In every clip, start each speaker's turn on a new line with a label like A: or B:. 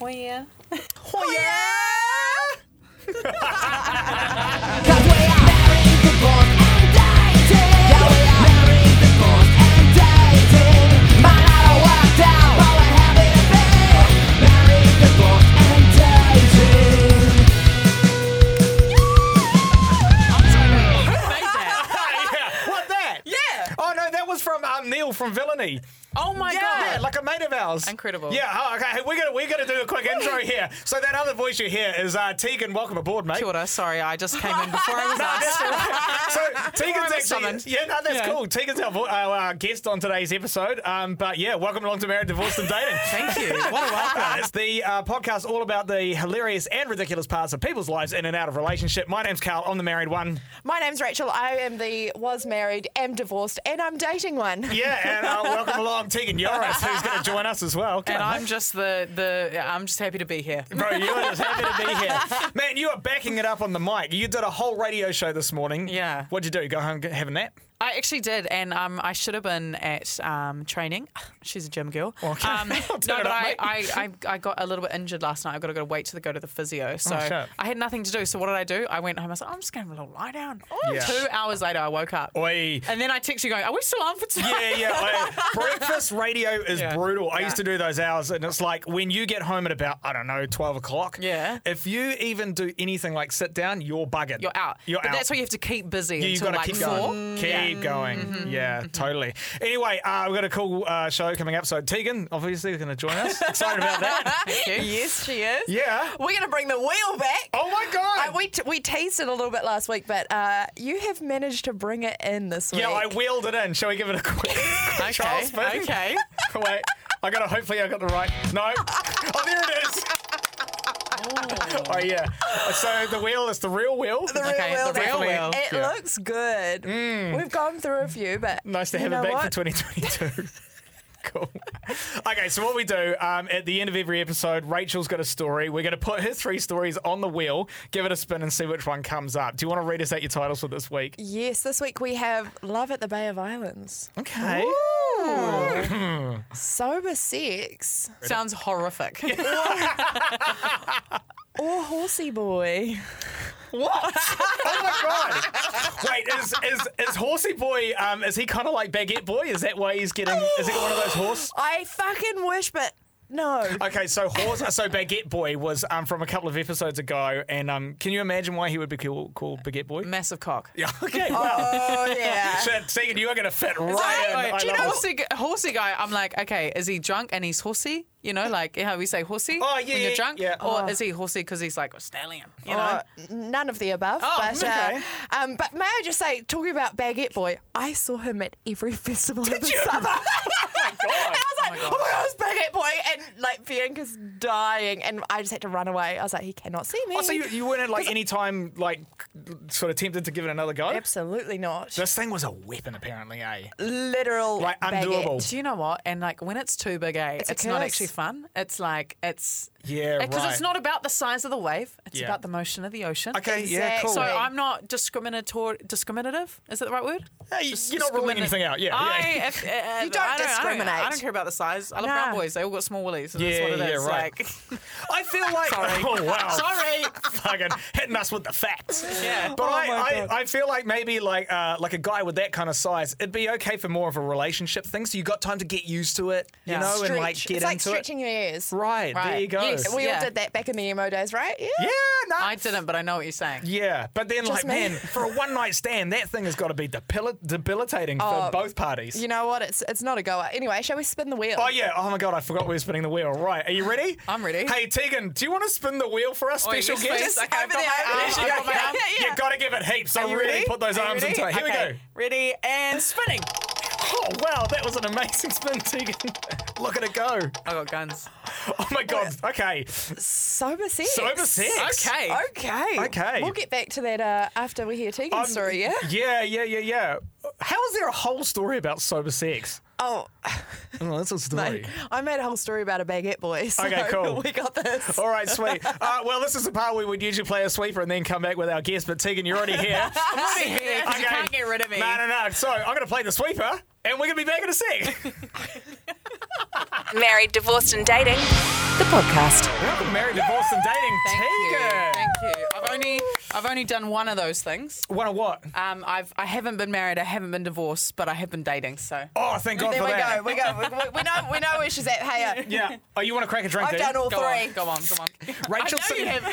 A: Oh yeah.
B: Oh yeah! What that?
C: Yeah.
B: Oh no, that was from um, Neil from Villainy.
C: Oh my
B: Yeah,
C: god.
B: like a mate of ours.
C: Incredible.
B: Yeah. Oh, okay. Hey, we're gonna we're gonna do a quick intro here. So that other voice you hear is uh, Tegan. Welcome aboard, mate.
C: Kia ora, sorry, I just came in before I was
B: No, that's
C: asked.
B: all right. So Tegan's
C: Alright,
B: actually,
C: that's summoned.
B: yeah, no, that's
C: Yeah.
B: cool. Tegan's our, vo- our uh, guest on today's episode. Um, but yeah, welcome along to Married, Divorced, and Dating.
C: Thank you. What a welcome.
B: Uh, it's the uh, podcast all about the hilarious and ridiculous parts of people's lives in and out of relationship. My name's Carl. I'm the married one.
D: My name's Rachel. I am the was married, am divorced, and I'm dating one.
B: Yeah, and uh, welcome along Tegan Yoris, who's going to join us as well. Come
C: And
B: on,
C: I'm just the the yeah, I'm just happy to be here.
B: Bro, you are just happy to be here. Man, you are backing it up on the mic. You did a whole radio show this morning.
C: Yeah.
B: What'd you do? Go home, get, have a nap?
C: I actually did, and um, I should have been at um, training. She's a gym girl.
B: Okay.
C: Um, no,
B: I'll
C: but
B: turn it up,
C: I,
B: mate.
C: I, I, I got a little bit injured last night. I got to go to wait to go to the physio, so
B: Oh, shit.
C: I had nothing to do. So what did I do? I went home. I was like, "Oh, I'm just going to have a little lie down.
B: Yeah.
C: Two hours later, I woke up,
B: Oi.
C: and then I text you going, "Are we still on for tonight?"
B: Yeah, yeah. I- breakfast radio is
C: Yeah.
B: brutal. I used to do those hours, and it's like when you get home at about I don't know twelve o'clock.
C: Yeah.
B: If you even do anything like sit down, you're buggered.
C: You're out.
B: You're
C: but
B: out.
C: that's why you have to keep busy
B: Yeah, you've
C: until
B: got to
C: like
B: keep
C: four. Mm-hmm.
B: going. Keep going. Yeah, totally. Anyway, uh, we've got a cool uh, show coming up. So Tegan, obviously, is going to join us. Excited about that.
C: Thank you.
D: Yes, she is.
B: Yeah.
D: We're going to bring the wheel back.
B: Oh my god.
D: Uh, we, t- we teased it a little bit last week, but uh, you have managed to bring it in this week.
B: yeah, I wheeled it in. Shall we give it a quick
C: Okay.
B: trial spin?
C: Okay.
B: Wait, I gotta. Hopefully, I got the right. No. Oh, there it is. Oh yeah. So the wheel is the real wheel.
D: The real
C: Okay,
D: wheel.
C: the real
D: back.
C: wheel.
D: It
B: Yeah.
D: looks good. We've gone through a few, but
B: Nice to
D: you
B: have it
D: know
B: back
D: what?
B: for 2022. cool. Okay, so what we do um, at the end of every episode, Rachel's got a story. We're going to put her three stories on the wheel, give it a spin, and see which one comes up. Do you want to read us out your titles for this week?
D: Yes, this week we have Love at the Bay of Islands,
B: Okay.
D: Sober Sex,
C: Sounds horrific.
D: or Horsey Boy.
B: What? oh my god! Wait, is is is Horsey Boy? Um, is he kind of like Baguette Boy? Is that why he's getting? Is he got one of those horse?
D: I fucking wish, but no.
B: Okay, so horse, so Baguette Boy was um, from a couple of episodes ago, and um, can you imagine why he would be called, called Baguette Boy?
C: Massive cock.
B: Yeah. Okay. Wow.
D: Oh, yeah.
B: Shit, Tegan, you are going to fit right in. I
C: do you
B: love
C: know
B: this.
C: horsey, gu- horsey guy? I'm like, okay, is he drunk and he's horsey? You know, like how we say horsey
B: Oh,
C: when
B: yeah, yeah,
C: you're drunk,
B: yeah.
C: or
B: Oh.
C: is he horsey because he's like a stallion? You know,
D: Uh, none of the above.
C: Oh,
D: but, uh,
B: okay.
D: um, but may I just say, talking about Baguette Boy, I saw him at every festival in the summer.
B: Oh my God.
D: I was like, oh my god, it's Baguette Boy, and like Bianca's dying, and I just had to run away. I was like, he cannot see me.
B: Oh, so you, you weren't at like any time like sort of tempted to give it another go?
D: Absolutely not.
B: This thing was a weapon, apparently, eh?
D: Literal
B: Like, undoable.
D: baguette.
C: do you know what? And like when it's too big, eh? It's,
D: a
C: not
D: curse.
C: actually fun. It's like it's
B: Yeah,
C: because
B: right.
C: it's not about the size of the wave. It's
B: Yeah.
C: about the motion of the ocean.
B: Okay, yeah, cool.
C: So
D: Exactly.
C: I'm not discriminator discriminative. Is that the right word?
B: Hey, you're not ruling
C: discriminate.
B: anything out. Yeah,
C: I,
B: yeah.
C: if- uh,
D: You don't
C: I I I don't,
D: discriminate.
C: care about the size. I love
D: Nah.
C: brown boys. They all got small willies. so that's
B: Yeah,
C: what it is.
B: yeah, right.
C: Like,
B: I feel like.
C: Sorry.
B: Oh, wow.
C: sorry.
B: Fucking hitting us with the facts.
C: Yeah.
B: But
D: Oh
B: I,
D: my
B: I,
D: God.
B: I feel like maybe like uh, like a guy with that kind of size, it'd be okay for more of a relationship thing. So you got time to get used to it, you
C: Yeah.
B: know, and
D: Stretch.
B: like get
D: it's like
B: into
D: stretching your ears.
B: it. Right, There
C: Right.
B: you go.
C: Yes.
D: We
C: Yeah.
D: all did that back in the emo days, right? Yeah.
B: Yeah. No.
C: I didn't, but I know what you're saying.
B: Yeah, but then like
D: Just me.
B: man, for a one night stand, that thing has got to be depil- debilitating for
D: Oh,
B: both parties.
D: You know what? It's it's not a goer. Anyway, shall we spin the wheel?
B: Oh yeah! Oh my god! I forgot we were spinning the wheel. Right? Are you ready?
C: I'm ready.
B: Hey Tegan, do you want to spin the wheel for us,
C: Oi,
B: special
C: yes,
B: guest?
C: please. Okay, I've
D: Over
C: got
D: there,
C: my
D: over
B: Um,
C: arm,
D: there.
C: I've got my
D: Yeah,
C: arm.
D: yeah, yeah.
B: You gotta give it heaps. I'm
C: you
B: ready.
C: ready?
B: Put those
C: Are you
B: arms
C: ready?
B: into it. Here we
C: Okay,
B: go. Ready and spinning. Oh wow! That was an amazing spin, Tegan. Look at it go.
C: I got guns.
B: Oh my god. Okay.
D: Sober sex.
B: Sober sex.
C: Okay.
D: Okay.
B: Okay.
D: We'll get back to that uh, after we hear Tegan's
B: Um,
D: story, yeah?
B: Yeah, yeah, yeah, yeah. How is there a whole story about sober sex?
D: Oh,
B: Oh, that's a story.
D: I made a whole story about a baguette boy. So
B: Okay, cool.
D: We got this.
B: All right, sweet. Uh, well, this is the part where we'd usually play a sweeper and then come back with our guest, but Tegan, you're already here.
C: I'm already here 'cause you
B: Okay.
C: can't get rid of me.
B: No, no, no. So I'm going to play the sweeper, and we're going to be back in a sec.
E: Married, divorced, and dating.
A: the podcast.
B: Welcome to Married, Divorced, and Dating.
C: Thank you.
B: Tegan!
C: Thank you. Oh, I've only I've only done one of those things.
B: One of what?
C: Um, I've I haven't been married. I haven't been divorced, but I have been dating. So
B: Oh, thank God
D: There
B: for
D: we
B: that.
D: go. We go. We, we- we know. We know where she's at. Hey, uh,
B: Yeah. Oh, you want to crack a drink?
D: I've
B: do
D: done
B: you?
D: all
C: go
D: three.
C: on, go on, go on.
B: Rachel
C: I know you
B: said-
C: have.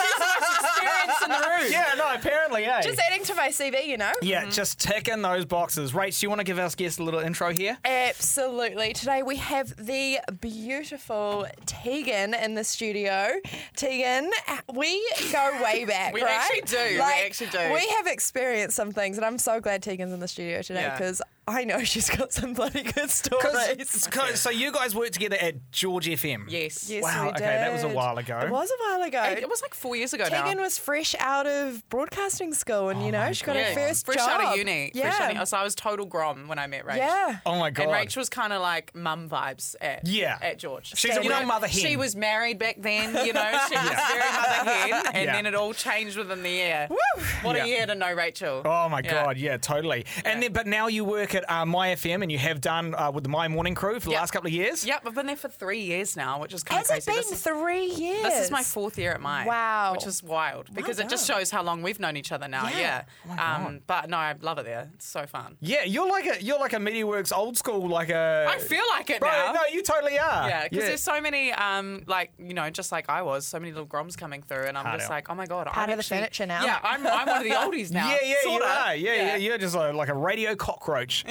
C: She's the most experienced in the room. Mm-hmm.
B: Yeah, no, apparently, eh?
D: Just adding to my CV, you know.
B: yeah, just ticking those boxes. Rach, do you want to give our guests a little intro here?
D: Absolutely. Today we have the beautiful Tegan in the studio. Tegan, we go way back,
C: We
D: right?
C: actually do. We actually do.
D: We have experienced some things, and I'm so glad Tegan's in the studio today
C: Yeah.
D: because I know she's got some bloody good
B: Cause,
D: stories.
B: 'cause- so you guys worked together at George FM.
C: Yes.
D: Yes,
B: Wow,
D: we
B: okay, that was a
D: did.
B: while ago.
D: It was a while ago.
C: Hey, It was like four years ago now.
D: Tegan was fresh out of broadcasting school,
B: Oh
D: and you know she got her
C: Yeah,
D: first
C: fresh
D: job.
C: out of uni.
D: Yeah,
C: Fresh out of uni. Oh, So I was total grom when I met Rach.
D: yeah.
B: Oh my god.
C: And Rach was kind of like mum vibes at
B: Yeah.
C: at George.
B: She's
D: a
C: You
B: real
C: know,
B: mother hen.
C: She was married back then, you know. She was very mother hen, and
B: Yeah.
C: then it all changed within the year.
D: Woo!
C: What
B: Yeah.
C: a year to know Rachel.
B: Oh my
C: Yeah.
B: god, yeah, totally. And then, but now you work at uh, My FM, and you have done uh, with the My Morning Crew for the
C: Yeah.
B: last couple of years.
C: Yep, I've been there for three years now, which is kind of
D: Has it
C: crazy.
D: been
C: this, is,
D: three years?
C: this is my fourth year at mine.
D: Wow.
C: Which is wild because it just
D: wow.
C: shows how long we've known each other now.
D: Yeah.
C: Yeah.
B: Oh
C: um, but no, I love it there. It's so fun.
B: Yeah, you're like a you're like a MediaWorks old school like a.
C: I feel like it
B: Bro,
C: now.
B: no, you totally are.
C: Yeah, because there's so many, um, like you know, just like I was, so many little groms coming through, and I'm
B: Hard
C: just
B: out.
C: like, oh my god,
D: Part
C: I'm
D: of the
C: actually-
D: furniture now.
C: Yeah, I'm, I'm one of the oldies now.
B: Yeah, yeah,
C: sorta.
B: you are. Yeah, yeah, you're just a, like a radio cockroach.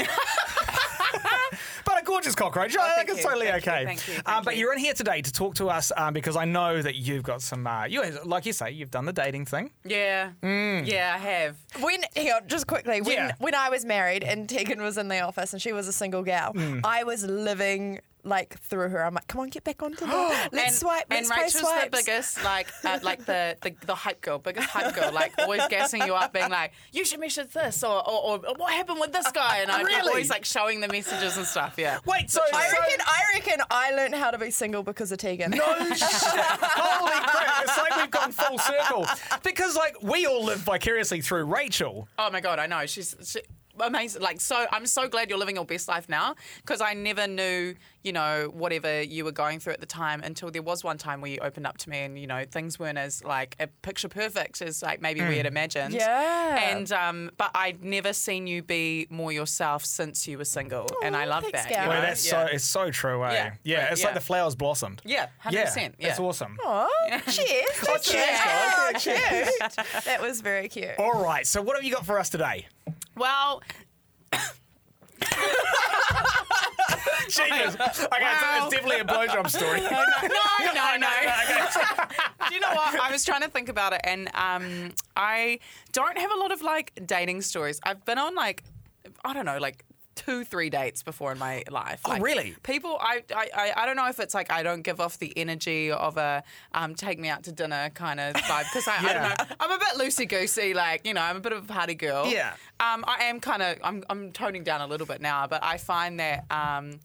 B: But a gorgeous cockroach. I think
C: Oh, thank
B: it's
C: you,
B: totally
C: thank you,
B: okay.
C: thank you, thank
B: um, but
C: you.
B: you're in here today to talk to us um, because I know that you've got some. Uh, you like you say you've done the dating thing.
C: Yeah,
B: Mm.
C: yeah, I have.
D: When hang on, just quickly, when
B: Yeah.
D: when I was married and Tegan was in the office and she was a single gal,
C: Mm.
D: I was living like through her. I'm like, come on, get back onto the let's
C: and,
D: swipe,
C: and
D: let's
C: Rachel's
D: play swipes.
C: the biggest, like, uh, like the, the the hype girl, biggest hype girl, like always gassing you up, being like, you should measure this, or or, or what happened with this guy, and I'm
B: Really?
C: always like showing the messages and stuff. Yeah.
B: Wait, so,
D: I
B: so-
D: reckon I reckon I learned how to be single because of Tegan.
B: No shit. Holy crap. It's like we've gone full circle. Because, like, we all live vicariously through Rachel.
C: Oh my god, I know. She's she, amazing. Like so, I'm so glad you're living your best life now because I never knew, you know, whatever you were going through at the time until there was one time where you opened up to me and you know things weren't as like a picture perfect as like maybe we had imagined.
D: Mm. Yeah.
C: And um, but I'd never seen you be more yourself since you were single, and I love
D: thanks,
C: that.
D: Gail.
C: you
D: Well,
B: Well,
C: know?
B: that's
C: yeah.
B: so, it's so true, eh?
C: Yeah,
B: yeah
C: right,
B: it's
C: yeah.
B: like the flowers blossomed.
C: yeah, hundred percent. Yeah,
B: It's awesome.
D: Aw, cheers.
B: Oh,
D: Just-
B: cheers,
D: yeah,
B: guys. Yeah,
D: cute. Ah, That was very cute.
B: All right. So, what have you got for us today?
C: Well,
B: Jesus. Okay, so it's definitely a blowjob story.
C: no, no, no.
B: okay.
C: Do you know what? I was trying to think about it, and um, I don't have a lot of like dating stories. I've been on like, I don't know, like two, three dates before in my life. Oh,
B: really?
C: People, I, I, I- I don't know if it's like I don't give off the energy of a um, take me out to dinner kind of vibe because I, I
B: Yeah.
C: don't know. I'm a bit loosey goosey, like you know, I'm a bit of a party girl.
B: Yeah.
C: Um, I am kind of I'm I'm toning down a little bit now, but I find that. Um,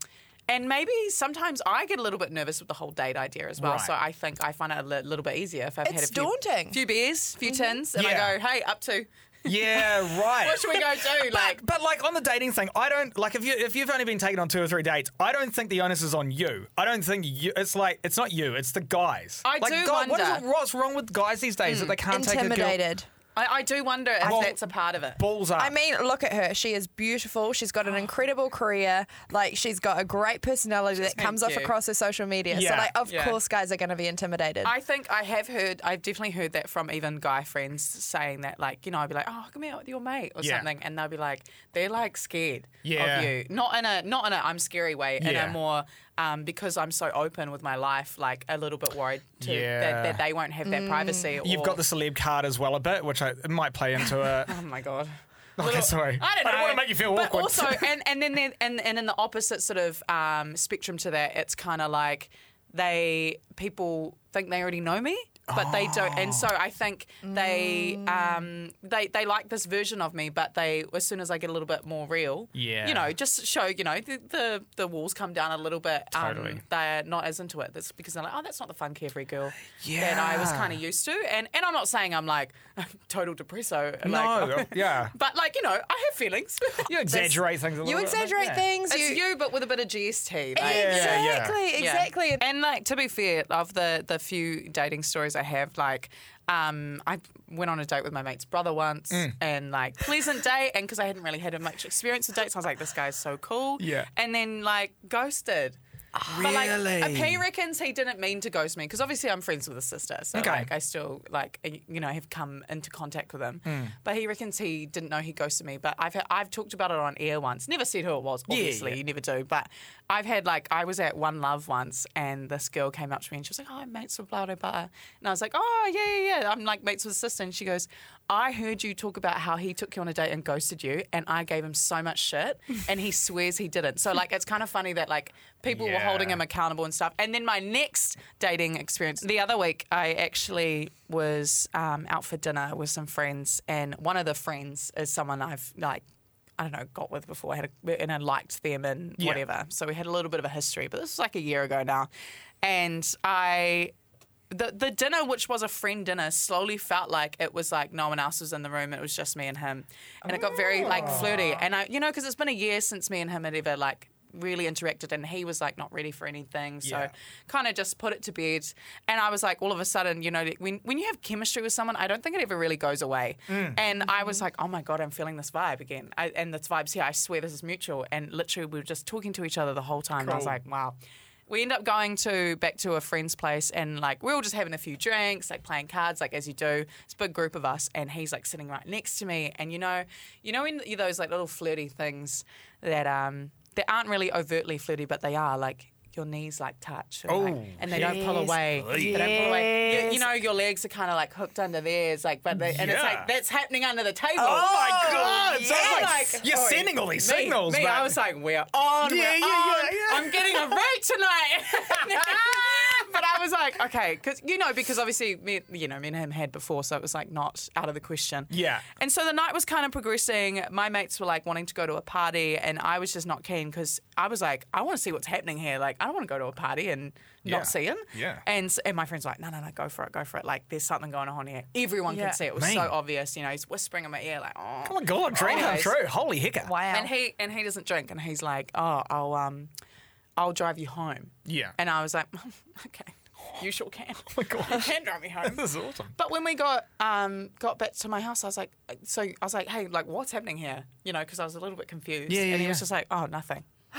C: and maybe sometimes I get a little bit nervous with the whole date idea as well.
B: Right.
C: So I think I find it a li- little bit easier if I've had a
D: It's
C: few,
D: daunting.
C: few beers, few tins, and
B: Mm-hmm. Yeah.
C: I go, hey, up to
B: Yeah, right.
C: what should we go do? Like,
B: But like on the dating thing, I don't like if you if you've only been taken on two or three dates, I don't think the onus is on you. I don't think you. It's like it's not you. It's the guys.
C: I
B: like,
C: do
B: God, What is
C: wonder. Hmm.
B: it, what's wrong with guys these days that they can't take a girl?
D: Intimidated.
C: I, I do wonder if
B: Well-
C: that's a part of it.
B: Balls up.
D: I mean, look at her. She is beautiful. She's got an incredible career. Like, she's got a great personality that comes off
C: you.
D: across her social media. So,
B: Yeah.
D: like, of
C: Yeah.
D: course, guys are going to be intimidated.
C: I think I have heard, I've definitely heard that from even guy friends saying that, like, you know, I'd be like, oh, come out with your mate or
B: Yeah.
C: something. And they'll be like, they're like scared
B: Yeah.
C: of you. Not in a, not in a I'm scary way, in
B: Yeah.
C: a more, um, because I'm so open with my life, like a little bit worried to,
B: Yeah.
C: that, that they won't have that privacy.
B: You've
C: or-
B: got the celeb card as well a bit, which I it might play into it.
C: Oh my god.
B: Okay, sorry.
C: I don't know.
B: I don't wanna make you feel
C: but
B: awkward.
C: Also, and and then there- and and in the opposite sort of um, spectrum to that, it's kind of like they people think they already know me. but they don't. And so I think they
B: Oh.
C: um, they they like this version of me, but they as soon as I get a little bit more real,
B: Yeah.
C: you know, just show you know the the, the walls come down a little bit. Um,
B: Totally.
C: They're not as into it. That's because they're like, oh, that's not the fun carefree girl that I was
B: Yeah.
C: kind of used to. And and I'm not saying I'm like total depresso.
B: No,
C: like,
B: uh, yeah.
C: But like you know, I have feelings.
B: You exaggerate things a little
D: You
B: bit.
D: exaggerate
B: yeah.
D: things.
C: It's you, but with a bit of GST. Like,
B: yeah, yeah.
D: Exactly,
C: yeah.
D: exactly.
C: And like to be fair, of the the few dating stories I have, like um, I went on a date with my mate's brother once,
B: Mm.
C: and like pleasant date, and because I hadn't really had much experience with dates, I was like, this guy's so cool.
B: Yeah.
C: And then like ghosted. But like,
B: Really?
C: he reckons he didn't mean to ghost me because obviously I'm friends with his sister, so
B: Okay.
C: like I still like you know have come into contact with him.
B: Hmm.
C: But he reckons he didn't know he ghosted me. But I've I've talked about it on air once. Never said who it was. Obviously,
B: yeah.
C: you never do. But I've had like I was at One Love once, and this girl came up to me and she was like, "Oh, I'm mates with blah blah blah," and I was like, "Oh yeah yeah yeah." I'm like mates with his sister, and she goes. I heard you talk about how he took you on a date and ghosted you, and I gave him so much shit, and he swears he didn't. So like, it's kind of funny that like people were
B: Yeah.
C: holding him accountable and stuff. And then my next dating experience, the other week, I actually was um, out for dinner with some friends, and one of the friends is someone I've like. I don't know, got with before, had a, and I liked them and
B: Yeah.
C: whatever. So we had a little bit of a history, but this was like a year ago now. And I, the the dinner, which was a friend dinner, slowly felt like it was like no one else was in the room. It was just me and him, and it got very like flirty. And I, you know, because it's been a year since me and him had ever like really interacted, and he was like not ready for anything, so
B: Yeah.
C: kind of just put it to bed. And I was like, all of a sudden, you know, when when you have chemistry with someone, I don't think it ever really goes away. And I was like, oh my god, I'm feeling this vibe again, I, and this vibe's here. I swear this is mutual. And literally, we were just talking to each other the whole time. And I was
B: Cool.
C: like, wow. We end up going to back to a friend's place and like we're all just having a few drinks, like playing cards, like as you do. It's a big group of us, and he's like sitting right next to me. And you know, you know, in those like little flirty things that um that aren't really overtly flirty, but they are like your knees like touch, and, like-
B: Oh,
C: and they don't pull
D: yes.
C: away. They don't pull away. You, you
D: Yes.
C: know, your legs are kind of like hooked under theirs, like but they, and it's
B: Yeah.
C: like that's happening under the table.
B: Oh my god! So
C: yeah.
B: like,
C: Like,
B: you're
C: oi,
B: sending all these
C: Me-
B: signals.
C: Me,
B: but-
C: I was like, we're on,
B: Yeah,
C: we're
B: yeah,
C: on.
B: yeah, yeah.
C: I'm getting a rate tonight. but I was like, okay, because you know, because obviously, me, you know, me and him had before, so it was like not out of the question.
B: Yeah.
C: And so the night was kind of progressing. My mates were like wanting to go to a party, and I was just not keen because I was like, I want to see what's happening here. Like, I don't want to go to a party and
B: Yeah.
C: not see him.
B: Yeah.
C: And s- and my friends were like, no, no, no, go for it, go for it. Like, there's something going on here. Everyone
D: Yeah.
C: can see it. It was
B: Man.
C: so obvious. You know, he's whispering in my ear like, oh.
B: oh my god, dream come
C: Always.
B: true. Holy hiccup.
D: Wow.
C: And he and he doesn't drink, and he's like, "Oh, I'll um, I'll drive you home."
B: Yeah.
C: And I was like, "Okay, you sure can. Oh my god, you can drive me home."
B: This is awesome.
C: But when we got um, got back to my house, I was like, uh, "So I was like, hey, like, what's happening here?" You know, because I was a little bit confused.
B: Yeah, yeah,
C: and he
B: yeah.
C: was just like, "Oh, nothing,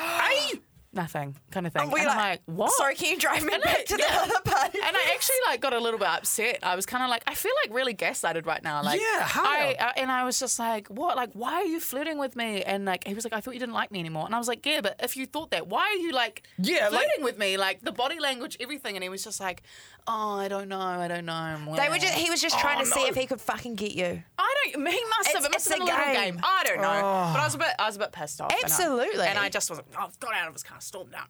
C: nothing," kind of thing.
D: We're
C: and I'm like, "What?"
D: Sorry, can you drive me back to the
C: yeah.
D: other party?
C: and I actually like got a little bit upset. I was kind of like, I feel like really gaslighted right now. Like,
B: Yeah, how?
C: I, uh, and I was just like, what? Like, why are you flirting with me? And like, he was like, I thought you didn't like me anymore. And I was like, yeah, but if you thought that, why are you like,
B: Yeah, like-
C: flirting with me? Like the body language, everything. And he was just like, oh, I don't know, I don't know. I'm
D: They
C: weird."
D: were just, he was just
C: Oh,
D: trying to see
B: no.
D: if he could fucking get you.
C: I don't. He must
D: It's-
C: have. It must have
D: it's
C: been
D: a
C: a little
D: game.
C: game. I don't know.
B: Oh.
C: But I was a bit. I was a bit pissed off. and I-
D: Absolutely.
C: And I, just was. Like, oh, I've got out of his car, stormed out,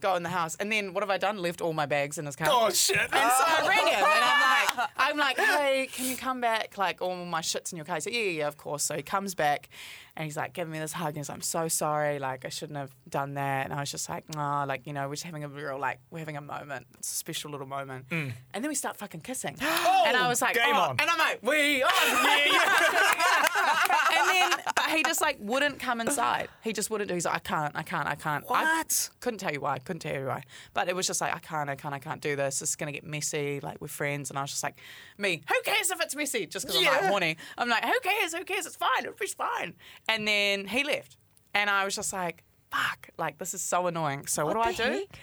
C: go in the house, and then what have I done? Left all my bags in his car.
B: Oh shit.
C: And so I rang him and I'm like, I'm like, hey, can you come back? Like, all my shit's in your car. He's like, yeah, yeah, yeah, of course. So he comes back and he's like, giving me this hug. And he's like, I'm so sorry. Like, I shouldn't have done that. And I was just like, nah, like, you know, we're just having a real, like, we're having a moment. It's a special little moment. And then we start fucking kissing. and I was like,
B: Mm. game
C: oh,
B: on.
C: and I'm like, we are.
B: yeah, yeah.
C: and then but he just like wouldn't come inside. He just wouldn't do. He's like, I can't, I can't, I can't.
B: What?
C: I couldn't tell you why. Couldn't tell you why. But it was just like, I can't, I can't, I can't do this. It's gonna get messy. Like we're friends, and I was just like, me. Who cares if it's messy? Just because I'm
B: Yeah.
C: like horny. I'm like, who cares? Who cares? It's fine. It'll be fine. And then he left, and I was just like, fuck. Like this is so annoying. So what,
D: What
C: do
D: the
C: I do?
D: heck?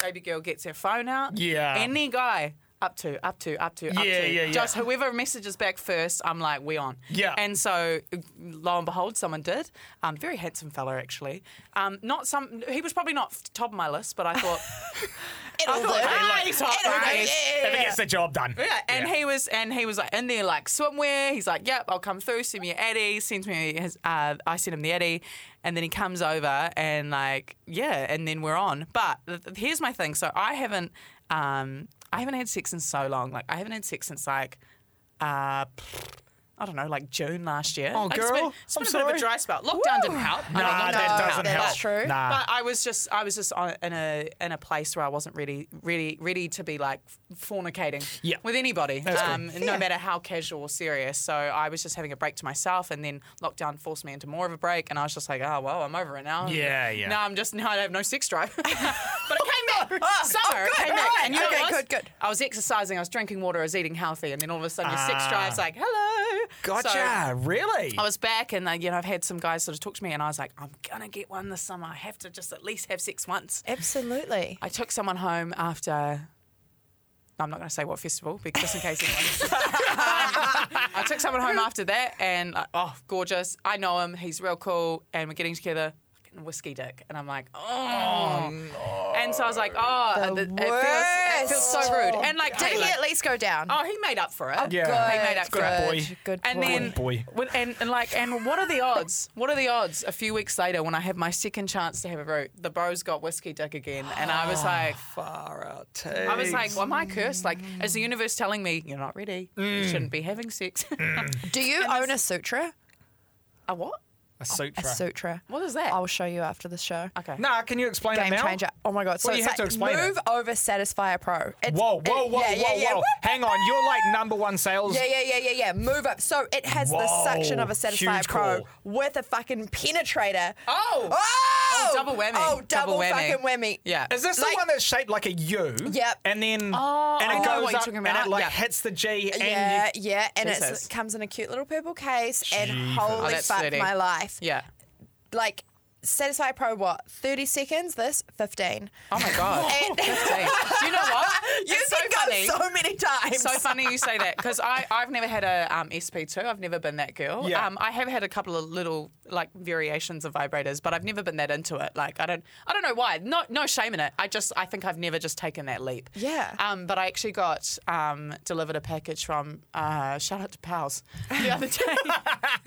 C: Baby girl gets her phone out.
B: Yeah.
C: Any guy. Up to, up to, up to, up
B: Yeah,
C: to.
B: yeah, yeah.
C: Just whoever messages back first, I'm like, we on.
B: Yeah.
C: And so, lo and behold, someone did. Um, very handsome fella, actually. Um, not some. He was probably not top of my list, but I thought. I
D: It'll
C: thought,
D: do.
C: ah, he's hot,
D: It'll do.
C: right?
B: If it gets the job done.
C: Yeah, and he was and he was like in there like swimwear. He's like, "Yep, I'll come through. Send me your Eddie." Sends me his. Uh, I sent him the Eddie, and then he comes over and like yeah, and then we're on. But th- th- here's my thing. So I haven't. Um, I haven't had sex in so long. Like I haven't had sex since like uh I don't know, like June last year.
B: Oh,
C: like, it's been,
B: girl,
C: it's been
B: I'm
C: a bit of
B: sorry.
C: a dry spell. Lockdown didn't help. I mean,
B: Nah,
C: lockdown
B: that
C: didn't
B: doesn't
C: but-
D: That's true.
B: Nah.
C: But I was just, I was just on, in a in a place where I wasn't really, really, ready to be like fornicating
B: Yeah.
C: with anybody,
B: That's cool.
C: um, no matter how casual or serious. So I was just having a break to myself, and then lockdown forced me into more of a break, and I was just like, oh well, I'm over it now.
B: Yeah, yeah.
C: Now I'm just now I have no sex drive. but I came back summer,
D: Oh, good,
C: I came
D: right.
C: back, and you know
D: Okay,
C: what it was?
D: good, good.
C: I was exercising, I was drinking water, I was eating healthy, and then all of a sudden your sex
B: Ah.
C: drive's like, hello.
B: Gotcha.
C: So
B: really?
C: I was back, and uh, you know, I've had some guys sort of talk to me, and I was like, I'm gonna get one this summer. I have to just at least have sex once.
D: Absolutely.
C: I took someone home after. I'm not going to say what festival, because just in case anyone. Um, I took someone home after that, and like, oh, gorgeous! I know him. He's real cool, and we're getting together. Fucking Whiskey dick, and I'm like, oh, and so I was like, oh,
D: The
C: it, it feels, it feels so
D: worst.
C: rude, and like,
D: Did he
C: like-
D: at least go down?
C: oh, he made up for it.
B: Yeah.
C: he made up
D: Good,
C: for it.
B: boy.
D: good, good
C: And
D: boy.
C: then,
B: boy.
C: when- and, and like, and what are the odds? What are the odds? A few weeks later, when I had my second chance to have a root, the bros got whiskey dick again, and I was like,
B: Far out.
C: I was like, well, am I cursed? Like, is the universe telling me you're not ready? You
D: Mm.
C: shouldn't be having sex?
D: Do you own a sutra?
C: a what?
B: a
C: "Oh,
B: sutra.
D: A sutra.
C: What is that?
D: I'll show you after the show.
C: okay.
B: nah, can you explain it
D: Game
B: now?
D: changer. Oh my god. So
B: Well, you
D: it's
B: have to
D: like
B: explain it.
D: move over Satisfier Pro. It's,
B: Whoa, whoa,
D: it-
B: whoa,
D: yeah, yeah,
B: whoa,
D: yeah.
B: whoa! Hang on, you're like number one sales.
D: Yeah, yeah, yeah, yeah, yeah. Move up. So it has the
B: Whoa,
D: suction of a Satisfier
B: huge
D: Pro
B: call.
D: with a fucking penetrator.
C: Oh!
D: Oh!
C: Oh, double whammy.
D: Oh, double,
C: Double whammy.
D: fucking whammy.
C: Yeah.
B: Is this the
D: Like-
B: one that's shaped like a U?
D: Yep.
B: And then
C: Oh,
B: and
C: I
B: it
C: know
B: goes
C: what you're
B: up
C: talking
B: and
C: about.
B: it like
C: Yeah.
B: hits the G and
D: Yeah,
B: you,
D: yeah, and it's,
C: Jesus.
D: it comes in a cute little purple case, and
B: Jesus.
C: Oh,
D: holy
C: that's
D: fuck,
C: dirty.
D: my life!
C: Yeah.
D: Like, Satisfier Pro, what thirty seconds? This fifteen.
C: Oh my god.
D: And-
C: Do you know what?
D: you
C: It's
D: can go
C: funny.
D: so many times.
C: so funny you say that because I've never had a um, SP2. I've never been that girl.
B: Yeah.
C: Um, I have had a couple of little like variations of vibrators, but I've never been that into it. Like I don't I don't know why. No no shame in it. I just I think I've never just taken that leap.
D: Yeah.
C: Um, but I actually got um, delivered a package from uh, shout out to Pals the other day.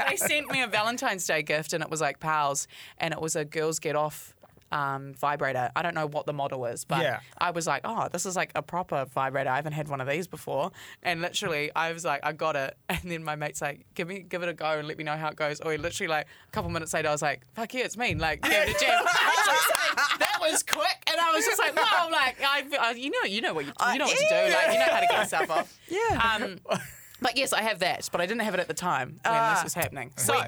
C: they sent me a Valentine's Day gift and it was like Pals and it was a girls get off. Um, vibrator. I don't know what the model is, but
B: Yeah.
C: I was like, oh, this is like a proper vibrator. I haven't had one of these before. And literally, I was like, I got it. And then my mate's like, give me, give it a go and let me know how it goes. Or he literally like a couple minutes later, I was like, fuck yeah, it's me. And, Like, give it a jam. I was just like, that was quick. And I was just like, wow, like I, I you know, you know what you, you know what to do. Like, you know how to get yourself off.
D: Yeah.
C: Um, but yes, I have that, but I didn't have it at the time when this
D: Ah.
C: was happening. So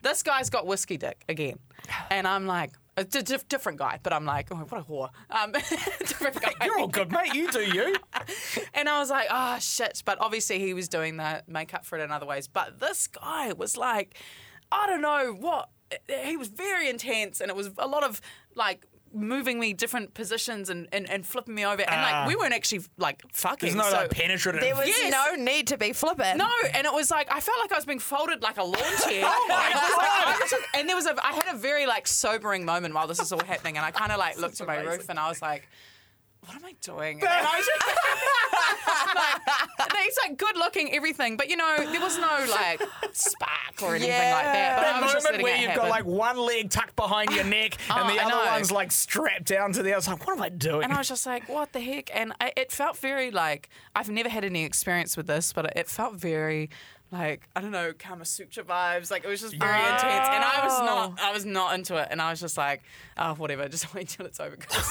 C: this guy's got whiskey dick again, and I'm like. A di- diff- different guy, but I'm like, oh, what a whore. Um, different guy.
B: you're all good, mate. You do you.
C: And I was like, oh shit. But obviously he was doing the makeup for it in other ways. But this guy was like, I don't know what. He was very intense and it was a lot of like moving me different positions and, and, and flipping me over. And
B: Ah.
C: like we weren't actually like fucking.
B: There's no
C: so-
B: like penetrative.
D: there was
C: Yes.
D: no need to be flippant.
C: no, and it was like I felt like I was being folded like a lawn chair. oh my god! and there was a I had a very like sobering moment while this was all happening, and I kind of like looked at my roof and I was like, "What am I doing?" And I was just, like, he's like good looking, everything, but you know there was no like spark or anything like that. But
B: that
C: I was just letting
B: moment where
C: it
B: you've
C: happen.
B: got like one leg tucked behind your neck and
C: Oh,
B: the
C: I
B: other
C: know.
B: one's like strapped down to the other. Like, what am I doing?
C: And I was just like, what the heck? And I, it felt very like, I've never had any experience with this, but it felt very like, I don't know, Kama Sutra vibes. Like it was just very
B: Yeah.
C: intense. And I was not, I was not into it. And I was just like, oh, whatever, just wait till it's over. guys."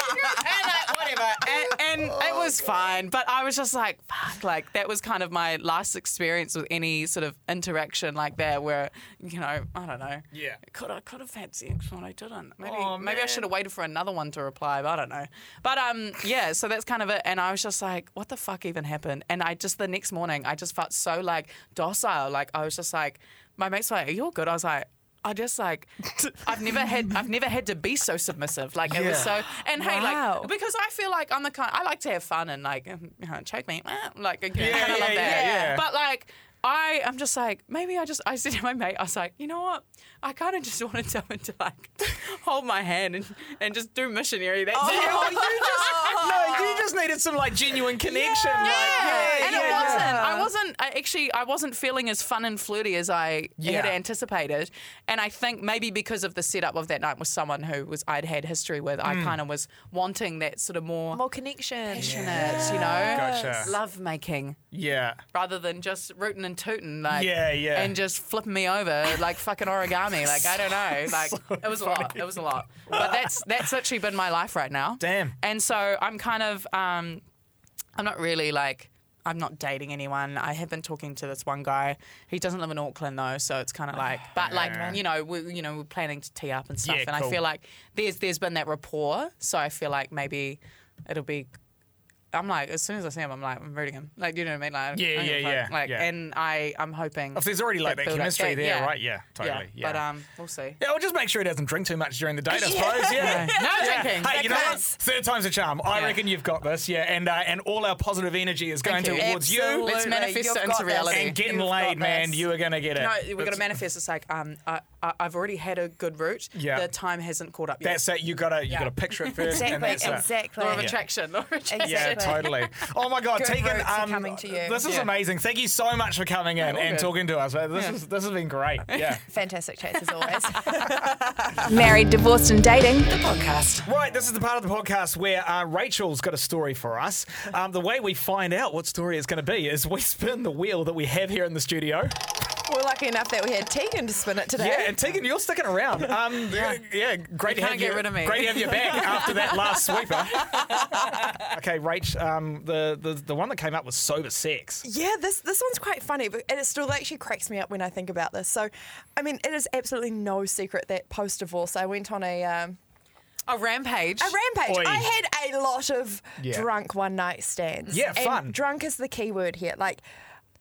C: and like, whatever. And, and it was fine. But I was just like, fuck, like that was kind of my last experience with any sort of interaction like that where, you know, I don't know.
B: Yeah.
C: Could I could have had sex, but I didn't. Maybe
B: Oh,
C: maybe I
B: man.
C: should have waited for another one to reply, but I don't know. But um yeah, so that's kind of it. And I was just like, what the fuck even happened? And I just the next morning I just felt so like docile. Like I was just like my mates were like, Are you all good? I was like, I just like I've never had I've never had to be so submissive. Like it was so
B: Yeah.
C: and hey,
D: Wow.
C: like because I feel like I'm the kind I like to have fun and like um, you know, choke me, ah, like you know,
B: Yeah,
C: kinda like
B: yeah,
C: that.
B: yeah, yeah.
C: But like I am just like maybe I just I said to my mate I was like you know what I kind of just wanted someone to like
B: Oh,
C: hold my hand and, and just do missionary. That's it.
B: no, you just need needed some like genuine connection.
D: Yeah.
B: Like, yeah,
C: and
B: yeah,
C: it
B: yeah.
C: wasn't.
D: yeah.
C: I wasn't. I actually, I wasn't feeling as fun and flirty as I
B: Yeah.
C: had anticipated. And I think maybe because of the setup of that night with someone who was I'd had history with, I
B: Hmm.
C: kind of was wanting that sort of more
D: More connection.
C: passionate, you know,
B: Gotcha.
C: love making
B: Yeah.
C: rather than just rooting and tooting, like
B: Yeah, yeah.
C: and just flipping me over like fucking origami. Like I don't know, like it was a lot. It was a lot. But that's that's literally been my life right now.
B: Damn.
C: And so I'm kind of um, I'm not really like. I'm not dating anyone. I have been talking to this one guy. He doesn't live in Auckland though, so it's kind of like, but
B: Yeah.
C: like you know, we you know we're planning to tee up and stuff,
B: Yeah,
C: and
B: cool.
C: I feel like there's there's been that rapport, so I feel like maybe it'll be I'm like, as soon as I see him, I'm like, I'm rooting him. Like, do you know what I mean? Like,
B: Yeah,
C: I don't
B: yeah,
C: give a fuck.
B: yeah,
C: Like,
B: yeah.
C: and I, I'm hoping.
B: If there's already like that
C: build up-
B: chemistry
C: yeah,
B: there,
C: yeah.
B: right? Yeah, totally. Yeah.
C: But um, we'll see.
B: Yeah, well, just make sure he doesn't drink too much during the date, I suppose. Yeah.
C: No
B: Yeah.
C: drinking.
B: Hey,
C: That
B: you know what?
C: counts.
B: Third time's a charm. I
C: Yeah.
B: reckon you've got this. Yeah, and uh, and all our positive energy is going
C: Thank you.
B: towards you.
D: Absolutely.
C: Let's manifest
D: You've
C: it
D: got
C: into
D: this.
C: reality.
B: And getting
D: You've got
B: laid, man,
D: this.
B: you are gonna get it.
C: no, we're going to manifest. It's like, um, I, I, I've already had a good route.
B: Yeah.
C: The time hasn't caught up yet.
B: That's it. You gotta you gotta picture it first. and
D: Exactly.
B: that's it.
D: Exactly.
C: law of attraction. Law of attraction.
B: Yeah,
D: Exactly.
B: totally. Oh my God,
D: Good
B: Tegan,
D: roots are
B: um,
D: coming to you.
B: this is
C: Yeah.
B: amazing. Thank you so much for coming in
C: all
B: and
C: good.
B: talking to us. man. This is this has been great. Yeah.
D: Fantastic chats as always.
A: Married, Divorced and Dating, the podcast.
B: Right, this is the part of the podcast where uh, Rachel's got a story for us. Um, the way we find out what story it's going to be is we spin the wheel that we have here in the studio.
D: We're lucky enough that we had Tegan to spin it today.
B: Yeah, and Tegan, you're sticking around. Um, yeah. yeah, great to
C: can't
B: have
C: get
B: you.
C: rid of me.
B: Great to have you back after that last sweeper. okay, Rach, um, the, the the one that came up was sober sex.
D: Yeah, this this one's quite funny, but and it still actually cracks me up when I think about this. So, I mean, it is absolutely no secret that post divorce, I went on a um,
C: A rampage.
D: a rampage.
B: Oi.
D: I had a lot of
B: Yeah.
D: drunk one night stands.
B: Yeah,
D: And
B: fun.
D: Drunk is the key word here. Like,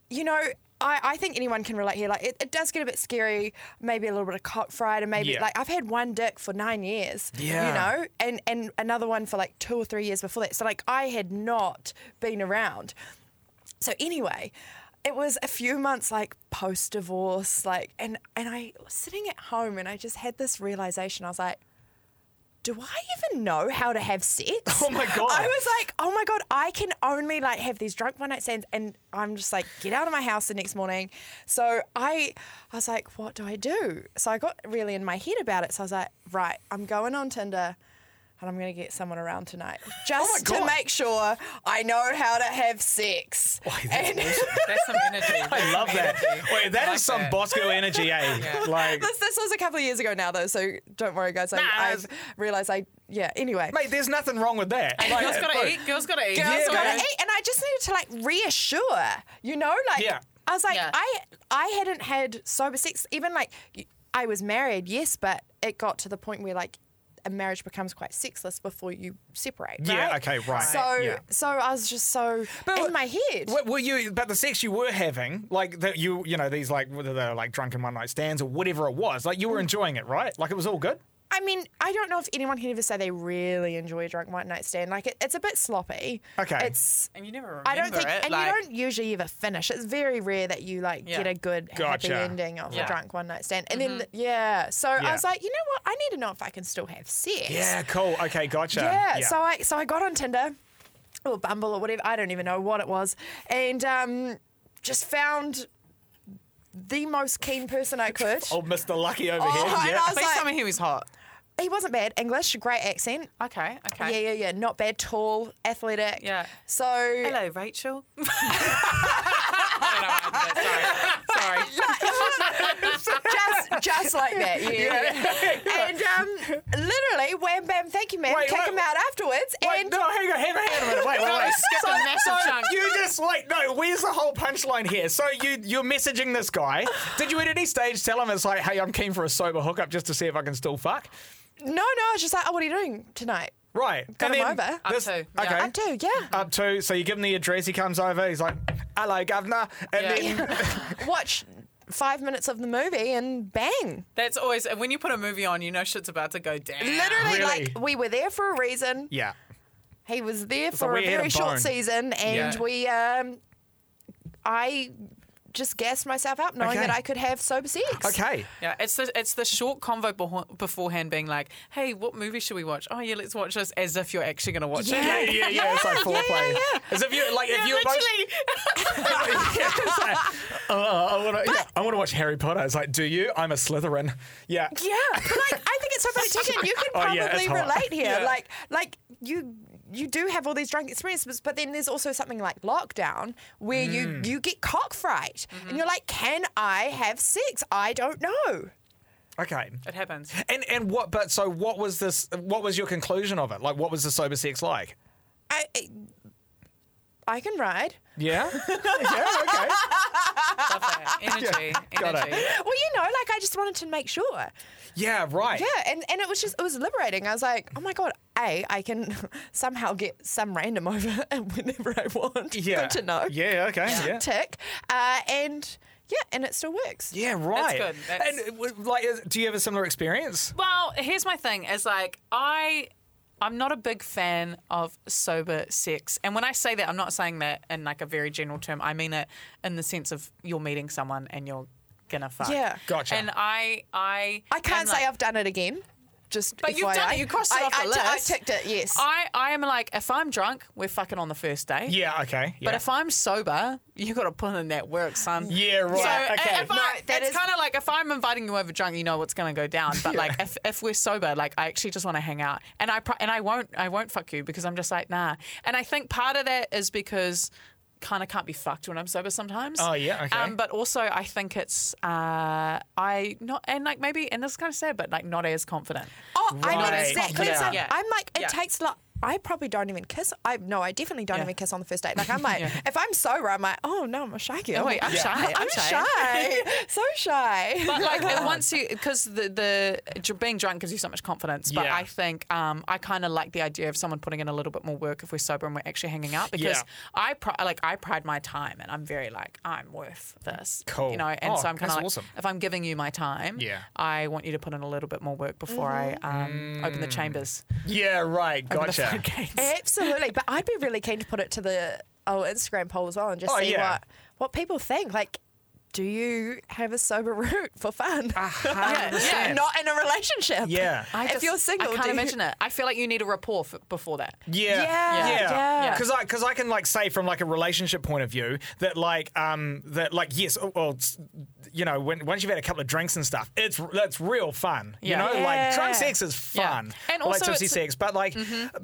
D: you know. I, I think anyone can relate here. Like it, it does get a bit scary, maybe a little bit of cock fried, and maybe
B: Yeah.
D: like I've had one dick for nine years.
B: Yeah.
D: You know, know, and and another one for like two or three years before that. So like I had not been around. So anyway, it was a few months like post divorce, like and and I was sitting at home and I just had this realization. I was like. Do I even know how to have sex?
B: Oh my God.
D: I was like, oh my god, I can only like have these drunk one night stands, and I'm just like, get out of my house the next morning. So I, I was like, what do I do? So I got really in my head about it. So I was like, right, I'm going on Tinder, and I'm gonna get someone around tonight just to
B: Oh God.
D: make sure I know how to have sex.
B: that's
D: And-
C: That's some energy.
B: I love that. Wait, that is
C: like
B: some
C: that.
B: Bosco energy, eh? Like,
D: This, this was a couple of years ago now, though, so don't worry, guys. I,
B: Nah,
D: I've
B: it's-
D: realised I, yeah, anyway.
B: mate, there's nothing wrong with that. Like,
C: Girls gotta
B: look,
C: eat. Girls gotta eat.
D: I was
B: Yeah,
D: gonna
B: man.
D: eat, and I just needed to like reassure, you know, like
B: Yeah.
D: I was like,
C: Yeah.
D: I I hadn't had sober sex, even like y- I was married, yes, but it got to the point where like a marriage becomes quite sexless before you separate.
B: Yeah,
D: right?
B: okay, right,
D: So
B: yeah.
D: so I was just so in my head.
B: What were you? But the sex you were having, like that you, you know, these like whether they were like drunken one night stands or whatever it was, like you were enjoying it, right? Like it was all good.
D: I mean, I don't know if anyone can ever say they really enjoy a drunk one night stand. Like it, it's a bit sloppy.
B: Okay.
D: It's
C: And you never remember
D: I don't think,
C: it.
D: and
C: like,
D: you don't usually ever finish. It's very rare that you like
C: Yeah.
D: get a good
B: Gotcha.
D: happy ending of
C: Yeah. Mm-hmm.
D: a drunk one night stand. And then yeah, so
B: Yeah.
D: I was like, you know what? I need to know if I can still have sex.
B: Yeah, cool. Okay, gotcha.
D: Yeah. So I so I got on Tinder or Bumble or whatever. I don't even know what it was, and um, just found the most keen person I could.
B: old Mister Lucky over
D: Oh, and
B: here.
D: I
B: Yeah.
D: was
C: Please
D: like-
C: tell me he was hot.
D: He wasn't bad. English, great accent.
C: Okay. Okay.
D: Yeah, yeah, yeah. Not bad. Tall, athletic.
C: Yeah.
D: So
C: Hello, Rachel. I don't know what happened there, Sorry. Sorry.
D: just just like that. Yeah. yeah. and um, literally, wham bam, thank you, man.
B: Wait,
D: Kick
B: wait.
D: him out afterwards.
B: Wait,
D: and
B: no, hang on, hang on, hang on a minute. Wait, wait,
C: No,
B: wait.
C: skip the massive chunk.
B: You just like no. Where's the whole punchline here? So you you're messaging this guy. Did you at any stage tell him it's like, hey, I'm keen for a sober hookup just to see if I can still fuck?
D: no, no, I was just like, oh, what are you doing tonight?
B: Right.
D: Got
B: and
D: him
B: then
D: over. Up
B: this-
C: to, yeah.
B: Okay. Uh,
D: I do, yeah.
B: up to. So you give him the address. He comes over. He's like, "Hello, governor," and
C: Yeah.
B: then
D: Watch five minutes of the movie and bang.
C: That's always when you put a movie on, you know shit's about to go down.
D: Literally,
B: Really?
D: like we were there for a reason.
B: yeah,
D: He was there
B: like
D: for
B: we
D: a
B: had a
D: very short
B: bone.
D: season, and
C: Yeah.
D: we, um, I just gassed myself out knowing
B: Okay.
D: that I could have sober sex.
B: Okay.
C: Yeah, it's the it's the short convo beho- beforehand being like, "Hey, what movie should we watch? Oh yeah, let's watch this." As if you're actually gonna watch
B: Yeah,
C: it.
B: yeah, yeah. It's like foreplay. As if you like, if you were both- Yeah, it's like, uh, I want to. Yeah, I want to watch Harry Potter. It's like, do you? I'm a Slytherin. Yeah.
D: Yeah, but like I think it's so funny too. Jen. You can
B: Oh,
D: probably
B: yeah, it's hot.
D: relate here.
B: Yeah.
D: Like, like you you do have all these drunk experiences, but then there's also something like lockdown where
B: Mm.
D: you you get cock fright and
B: Mm-hmm.
D: you're like, can I have sex? I don't know.
B: Okay.
C: It happens.
B: And and what? But so what was this? What was your conclusion of it? Like, what was the sober sex like?
D: I I- I can ride.
B: Yeah. yeah. Okay.
C: Love that. Energy,
B: Got it.
C: energy.
D: Well, you know, like I just wanted to make sure.
B: Yeah. Right.
D: Yeah, and, and it was just it was liberating. I was like, oh my god, a I can somehow get some random over whenever I want.
B: Yeah.
D: Good to know.
B: Yeah. Okay. Yeah.
D: tick. Uh, and yeah, and it still works.
B: Yeah. Right.
C: good. That's-
B: And uh, w- like, is- do you have a similar experience?
C: Well, here's my thing: is like I, I'm not a big fan of sober sex, and when I say that, I'm not saying that in like a very general term. I mean it in the sense of you're meeting someone and you're gonna fuck.
D: Yeah.
B: Gotcha.
C: And I, I,
D: I can't
C: am
D: say
C: like-
D: I've done it again. Just
C: But you've
D: FYI.
C: done it. You crossed it
D: I-
C: off the
D: I ti- I
C: list.
D: ticked it. Yes.
C: I, I am like, if I'm drunk, we're fucking on the first day.
B: Yeah. Okay. Yeah.
C: But if I'm sober, you got to put in that work, son.
B: Yeah, right,
C: So
B: okay.
C: if I,
D: No, that
C: it's
D: is-
C: kind of like if I'm inviting you over drunk, you know what's going to go down. But like if, if we're sober, like I actually just want to hang out, and I pro- and I won't I won't fuck you because I'm just like nah. And I think part of that is because kind of can't be fucked when I'm sober sometimes.
B: Oh, yeah, okay.
C: Um, but also I think it's uh, I not and like maybe and this is kind of sad, but like not as confident.
D: oh, I mean
B: Right.
D: exactly.
B: Yeah.
D: the same.
C: Yeah.
D: I'm like, it
C: Yeah.
D: takes a lot. I probably don't even kiss. I no, I definitely don't
C: Yeah.
D: even kiss on the first date. Like I'm like,
C: Yeah.
D: if I'm sober, I'm like, oh no, I'm a shy girl.
C: Oh, wait, I'm
B: Yeah.
C: shy. I'm,
D: I'm shy. so shy.
C: But like and once you, because the the dr- being drunk gives you so much confidence. But
B: Yeah.
C: I think um, I kind of like the idea of someone putting in a little bit more work if we're sober and we're actually hanging out because
B: Yeah.
C: I pri- like I pride my time and I'm very like I'm worth this.
B: Cool.
C: You know, and
B: Oh,
C: so I'm kind
B: that's
C: of like
B: awesome.
C: if I'm giving you my time,
B: Yeah.
C: I want you to put in a little bit more work before I um, open the chambers.
B: yeah. Right.
C: open the
B: Mm. Gotcha.
C: floodgates.
D: Absolutely. But I'd be really keen to put it to the old Instagram poll as well and just
B: Oh,
D: see
B: yeah.
D: what what people think. Like, do you have a sober route for fun?
B: hundred percent.
D: Not in a relationship.
B: Yeah.
C: I
D: if
C: just-
D: you're single,
C: I
D: do
C: can't
D: you-
C: imagine it. I feel like you need a rapport f- before that.
B: Yeah,
D: Yeah,
C: yeah.
B: Because I because I can like say from like a relationship point of view that like um that like yes oh, well it's- you know when once you've had a couple of drinks and stuff it's that's real fun
C: Yeah.
B: you know like
D: Yeah.
B: drunk sex is
C: Yeah.
B: fun
C: And
B: Or, like
C: also
B: tipsy
C: it's- Mm-hmm.
B: sex but like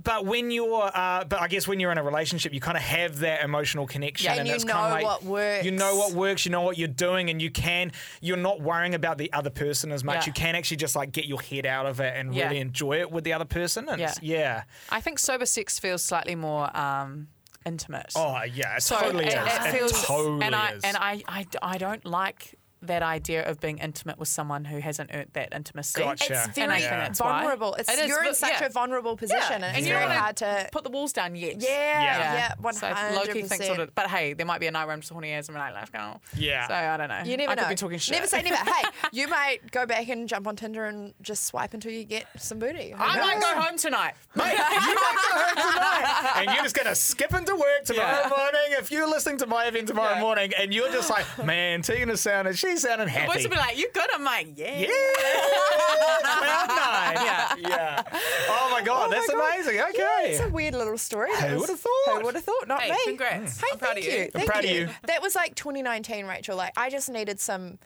B: but when you're uh but I guess when you're in a relationship you kind of have that emotional connection
D: Yeah. And you
B: it's kinda
D: know
B: like-
D: what works.
B: you know what works you know what you're doing and you can you're not worrying about the other person as much
C: Yeah.
B: you can actually just like get your head out of it and
C: Yeah.
B: really enjoy it with the other person and
C: Yeah.
B: it's- yeah.
C: I think sober sex feels slightly more um, intimate.
B: Oh yeah, it
C: So
B: totally
C: it,
B: is.
C: it
B: It
C: feels,
B: totally
C: and I
B: is.
C: and I, I d- I don't like that idea of being intimate with someone who hasn't earned that intimacy.
B: Gotcha.
D: It's
B: And
D: very
C: I think that's why.
D: vulnerable. It's,
C: It is,
D: you're in
C: but-
D: such
C: yeah.
D: a vulnerable
C: Yeah,
D: position, and
C: and
D: it's
C: you
D: very
C: don't wanna
D: hard to.
C: put the walls down yet.
D: Yeah,
B: Yeah.
D: yeah,
C: So
D: 100%.
C: Loki thinks sort of, but hey, there might be a night where I'm just horny as I'm like, let's go.
B: Yeah.
C: So I don't know.
D: You never
C: I could
D: know.
C: be talking shit.
D: Never say never. hey, you might go back and jump on Tinder and just swipe until you get some booty. Who
C: I might
D: knows?
C: go home tonight.
B: Mate, you might go home tonight, and you're just gonna skip into work tomorrow
C: Yeah.
B: morning. If you're listening to my event tomorrow
C: Yeah.
B: morning, and you're just like, man, Tina sounded, she sounded
C: The boys
B: happy.
C: will be like, you good? I'm like, yeah.
B: yeah, cloud nine.
C: Yeah.
B: yeah. Oh my god,
D: Oh my
B: that's
D: God.
B: amazing. Okay.
D: Yeah, it's a weird little story. That
B: Who
D: was-
B: would've thought?
D: Who would have thought? Not
C: Hey,
D: me.
C: congrats.
D: Hey,
C: I'm proud
D: thank
C: of you. I'm
D: Thank
B: proud of you.
D: That was like 2019, Rachel. Like I just needed some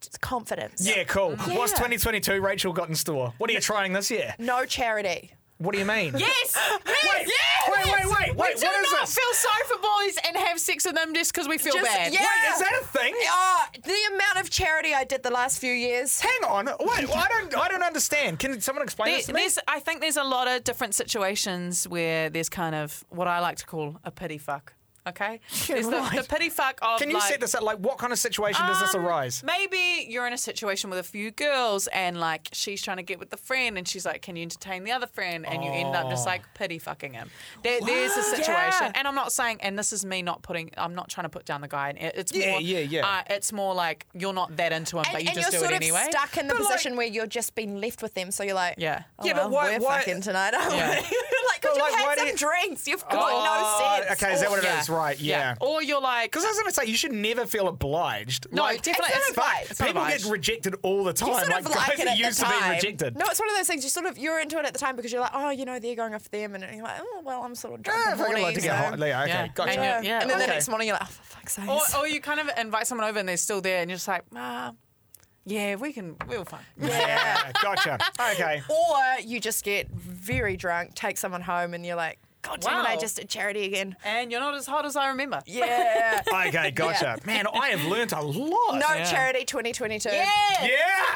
D: just confidence.
B: yeah, cool. What's
D: Yeah.
B: 2022 Rachel got in store? What are you trying this year?
D: No charity.
B: What do you mean?
C: Yes! Yes!
B: Wait,
C: yes!
B: wait, wait, wait, wait,
C: We
B: what
C: do
B: is
C: not
B: this?
C: feel sorry for boys and have sex with them just because we feel
D: Just-
C: bad.
D: yeah.
B: Wait, is that a thing?
D: Oh, the amount of charity I did the last few years.
B: Hang on. Wait, I don't. I don't understand. Can someone explain
C: There-
B: this to me?
C: there's, I think there's a lot of different situations where there's kind of what I like to call a pity fuck. Okay, there's
B: right.
C: the, the pity fuck of.
B: Can you
C: like,
B: set this up? Like, what kind of situation does this
C: um,
B: arise?
C: Maybe you're in a situation with a few girls and like she's trying to get with the friend and she's like, Can you entertain the other friend? And you end up
B: Oh.
C: just like pity fucking him. There, there's a situation.
D: Yeah.
C: And I'm not saying, and this is me not putting, I'm not trying to put down the guy. And it- It's more,
B: Yeah, yeah, yeah.
C: Uh, it's more like you're not that into him,
D: And,
C: but you
D: and
C: just
D: you're
C: do
D: sort
C: it
D: of
C: anyway.
D: stuck in the
B: But, like-
D: position where you're just being left with them. So you're like,
C: Yeah.
D: oh,
B: Yeah, but
D: well,
B: why-
D: we're
B: why-
D: fucking tonight, aren't
C: Yeah.
D: we? like, could you
B: like, why
D: had
B: do
D: some
B: you-
D: drinks? You've got
B: Oh,
D: no sense.
B: Okay, is that what it is? Right, yeah.
C: Or you're like,
B: Because I was going to say, you should never feel obliged.
C: No, definitely-
D: it's not
B: fuck,
D: obliged. It's
C: not
B: People get
C: obliged.
B: rejected all the time.
D: You sort
B: like,
D: of like
B: guys
D: it
B: are
D: at the
B: used to being
D: time.
B: rejected.
D: No, it's one of those things. You sort of you're into it at the time because you're like, oh, you know, they're going off them, and you're like, oh, well, I'm sort of drunk.
B: Ah,
D: and
B: fuck, I'd like
D: horny,
B: to get
D: so-
B: hot. Yeah, okay,
C: Yeah.
B: gotcha.
C: Yeah.
D: Yeah. And then the
C: okay.
D: next morning you're like, oh, for fuck's sake.
C: or, or you kind of invite someone over and they're still there, and you're just like, ah, yeah, we can, we'll find.
B: Yeah, gotcha. Okay.
D: Or you just get very drunk, take someone home, and you're like, God damn it, I
C: Wow.
D: just did charity again.
C: And you're not as hot as I remember.
D: Yeah.
B: Okay, gotcha. Man, I have learnt a lot.
D: no
C: Yeah.
D: charity 2022.
C: Yeah.
B: Yeah.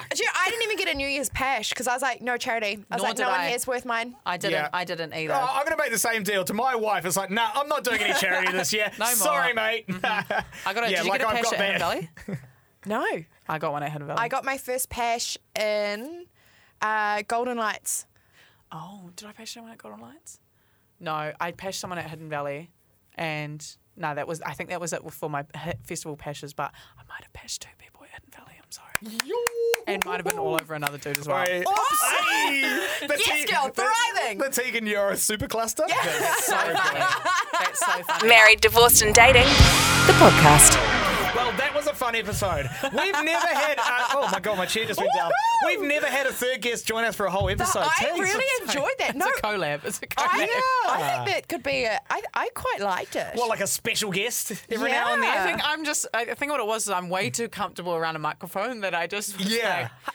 D: Actually, I didn't even get a New Year's pash because I was like, no charity. I was
C: Nor
D: like,
C: did
D: no one
C: I.
D: here's worth mine.
C: I didn't.
B: Yeah.
C: I didn't either.
B: Oh, I'm going to make the same deal to my wife. It's like, no, nah, I'm not doing any charity this year.
C: No more. Mm-hmm.
B: Sorry, mate.
C: I got a,
B: yeah,
C: Did you
B: like
C: get a
B: I've
C: pash
B: got
C: at Hidden
B: that.
C: Valley?
D: No.
C: I got one at Hidden Valley.
D: I got my first pash in uh, Golden Lights.
C: Oh, did I pash someone at Golden Lights? No, I pashed someone at Hidden Valley, and no, that was I think that was it for my he- festival pashes. But I might have pashed two people at Hidden Valley. I'm sorry, and might have been all over another dude as well.
B: Right. Hey, the
D: Yes, girl,
B: the-
D: thriving.
B: The Tegan Euro supercluster. Yes.
C: So funny. That's so funny.
A: Married, divorced, and dating. The podcast.
B: Well, that was a fun episode. We've never had. Uh, oh my god, my chair just went down. We've never had a third guest join us for a whole episode.
D: I
B: Jeez.
D: really enjoyed that. No,
C: It's a collab. It's a collab.
D: I,
B: Yeah.
D: I
C: Ah.
D: think that could be a. I, I quite liked it.
B: Well, like a special guest every now and
D: Yeah.
B: then.
C: I think I'm just. I think what it was is I'm way too comfortable around a microphone that I just. was
B: Yeah.
C: Like, hey.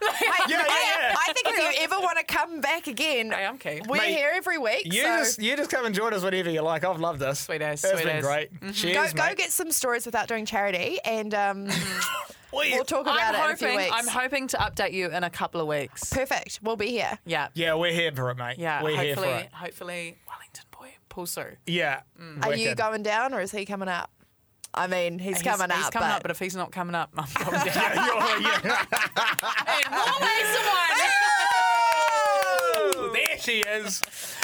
D: I,
B: Yeah, yeah,
D: I-
B: yeah.
D: I think if you ever want to come back again,
C: I am keen.
D: we're
B: Mate,
D: here every week.
B: You
D: so
B: just you just come and join us whenever you like. I've loved this.
C: Sweet as,
B: It's
C: sweet
B: been
C: as.
B: great.
D: go,
B: Cheers,
D: Mm-hmm. go
B: mate.
D: get some stories without doing charity, and um,
B: Well, yeah.
D: we'll talk about it in
C: I'm
D: a
C: hoping.
D: few weeks.
C: I'm hoping to update you in a couple of weeks.
D: Perfect. We'll be here.
C: Yeah.
B: Yeah, we're here for it, mate.
C: Yeah.
B: we're here for
C: hopefully,
B: it.
C: hopefully, Wellington boy pulls through.
B: Yeah.
D: Are you
B: wicked.
D: going down or is he coming up? I mean, he's,
C: He's-
D: coming
C: He's
D: up.
C: coming
D: but
C: up, but if he's not coming up, I'm going down.
B: You're- yeah.
C: In more ways than one.
B: Ooh, There she is.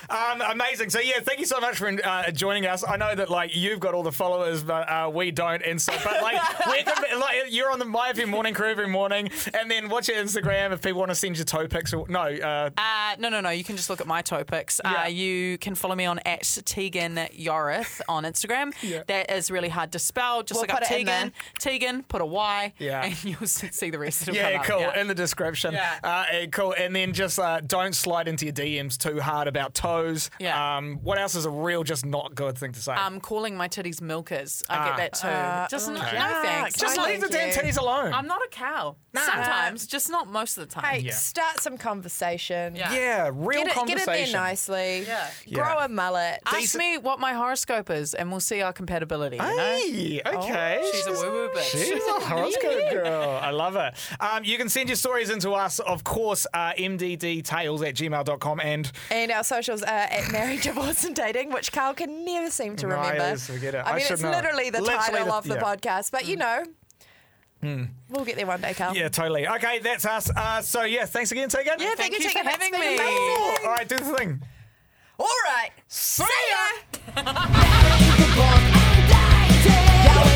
B: Um, amazing. So yeah, thank you so much for uh, joining us. I know that like you've got all the followers, but uh, we don't. And so, but like, we're gonna, like you're on the My FM morning crew every morning, and then watch your Instagram if people want to send you toe pics. Or, no, uh,
C: Uh, no, no, no. You can just look at my topics.
B: Yeah.
C: Uh, you can follow me on at Tegan Yorith on Instagram.
B: Yeah.
C: That is really hard to spell. Just
D: We'll
C: look up
D: put it in
C: Tegan. Tegan, put a Y,
B: Yeah.
C: and you'll s- see the rest. It'll
B: yeah,
C: come up.
B: cool.
C: Yeah.
B: In the description.
C: Yeah.
B: Uh, eh, cool. And then just uh, don't slide into your DMs too hard about toes.
C: Yeah.
B: Um, what else is a real just not good thing to say?
D: Um,
C: I'm calling my titties milkers. I
B: Ah.
C: get that too. just
D: oh,
C: no,
D: okay.
C: no thanks.
D: Yuck.
B: just
D: I
B: leave the
D: like
B: damn
D: you.
B: titties alone.
C: I'm not a cow. Sometimes, just not most of the time.
D: hey,
B: Yeah.
D: start some conversation.
C: Yeah.
B: yeah, real
D: Get, it, get in
B: conversation.
D: there nicely.
C: Yeah.
D: Grow
B: Yeah.
D: a mullet.
C: Ask me what my horoscope is, and we'll see our compatibility. You know? Oh,
B: Hey, okay.
C: She's a woo woo bitch.
B: She's a horoscope girl. I love it. Um, you can send your stories into us, of course, uh, mddtales at gmail.com. And
D: And our socials are at Married, Divorce and Dating, which Carl can never seem to
B: No, I
D: remember.
B: always forget it.
D: I
B: I
D: mean,
B: should
D: it's
B: know.
D: literally the
B: Literally
D: title
B: the-
D: of the
B: yeah. Hmm.
D: podcast, but you know, we'll get there one day, Carl.
B: yeah, totally. Okay, that's us. Uh, so, yeah, thanks again, Tegan.
D: Yeah, thank, you
C: Thank you
D: Tegan.
C: for
D: It's
C: having
D: been
C: me.
D: amazing.
B: All right, do the thing.
D: All right. See ya.
E: Divorce and dating.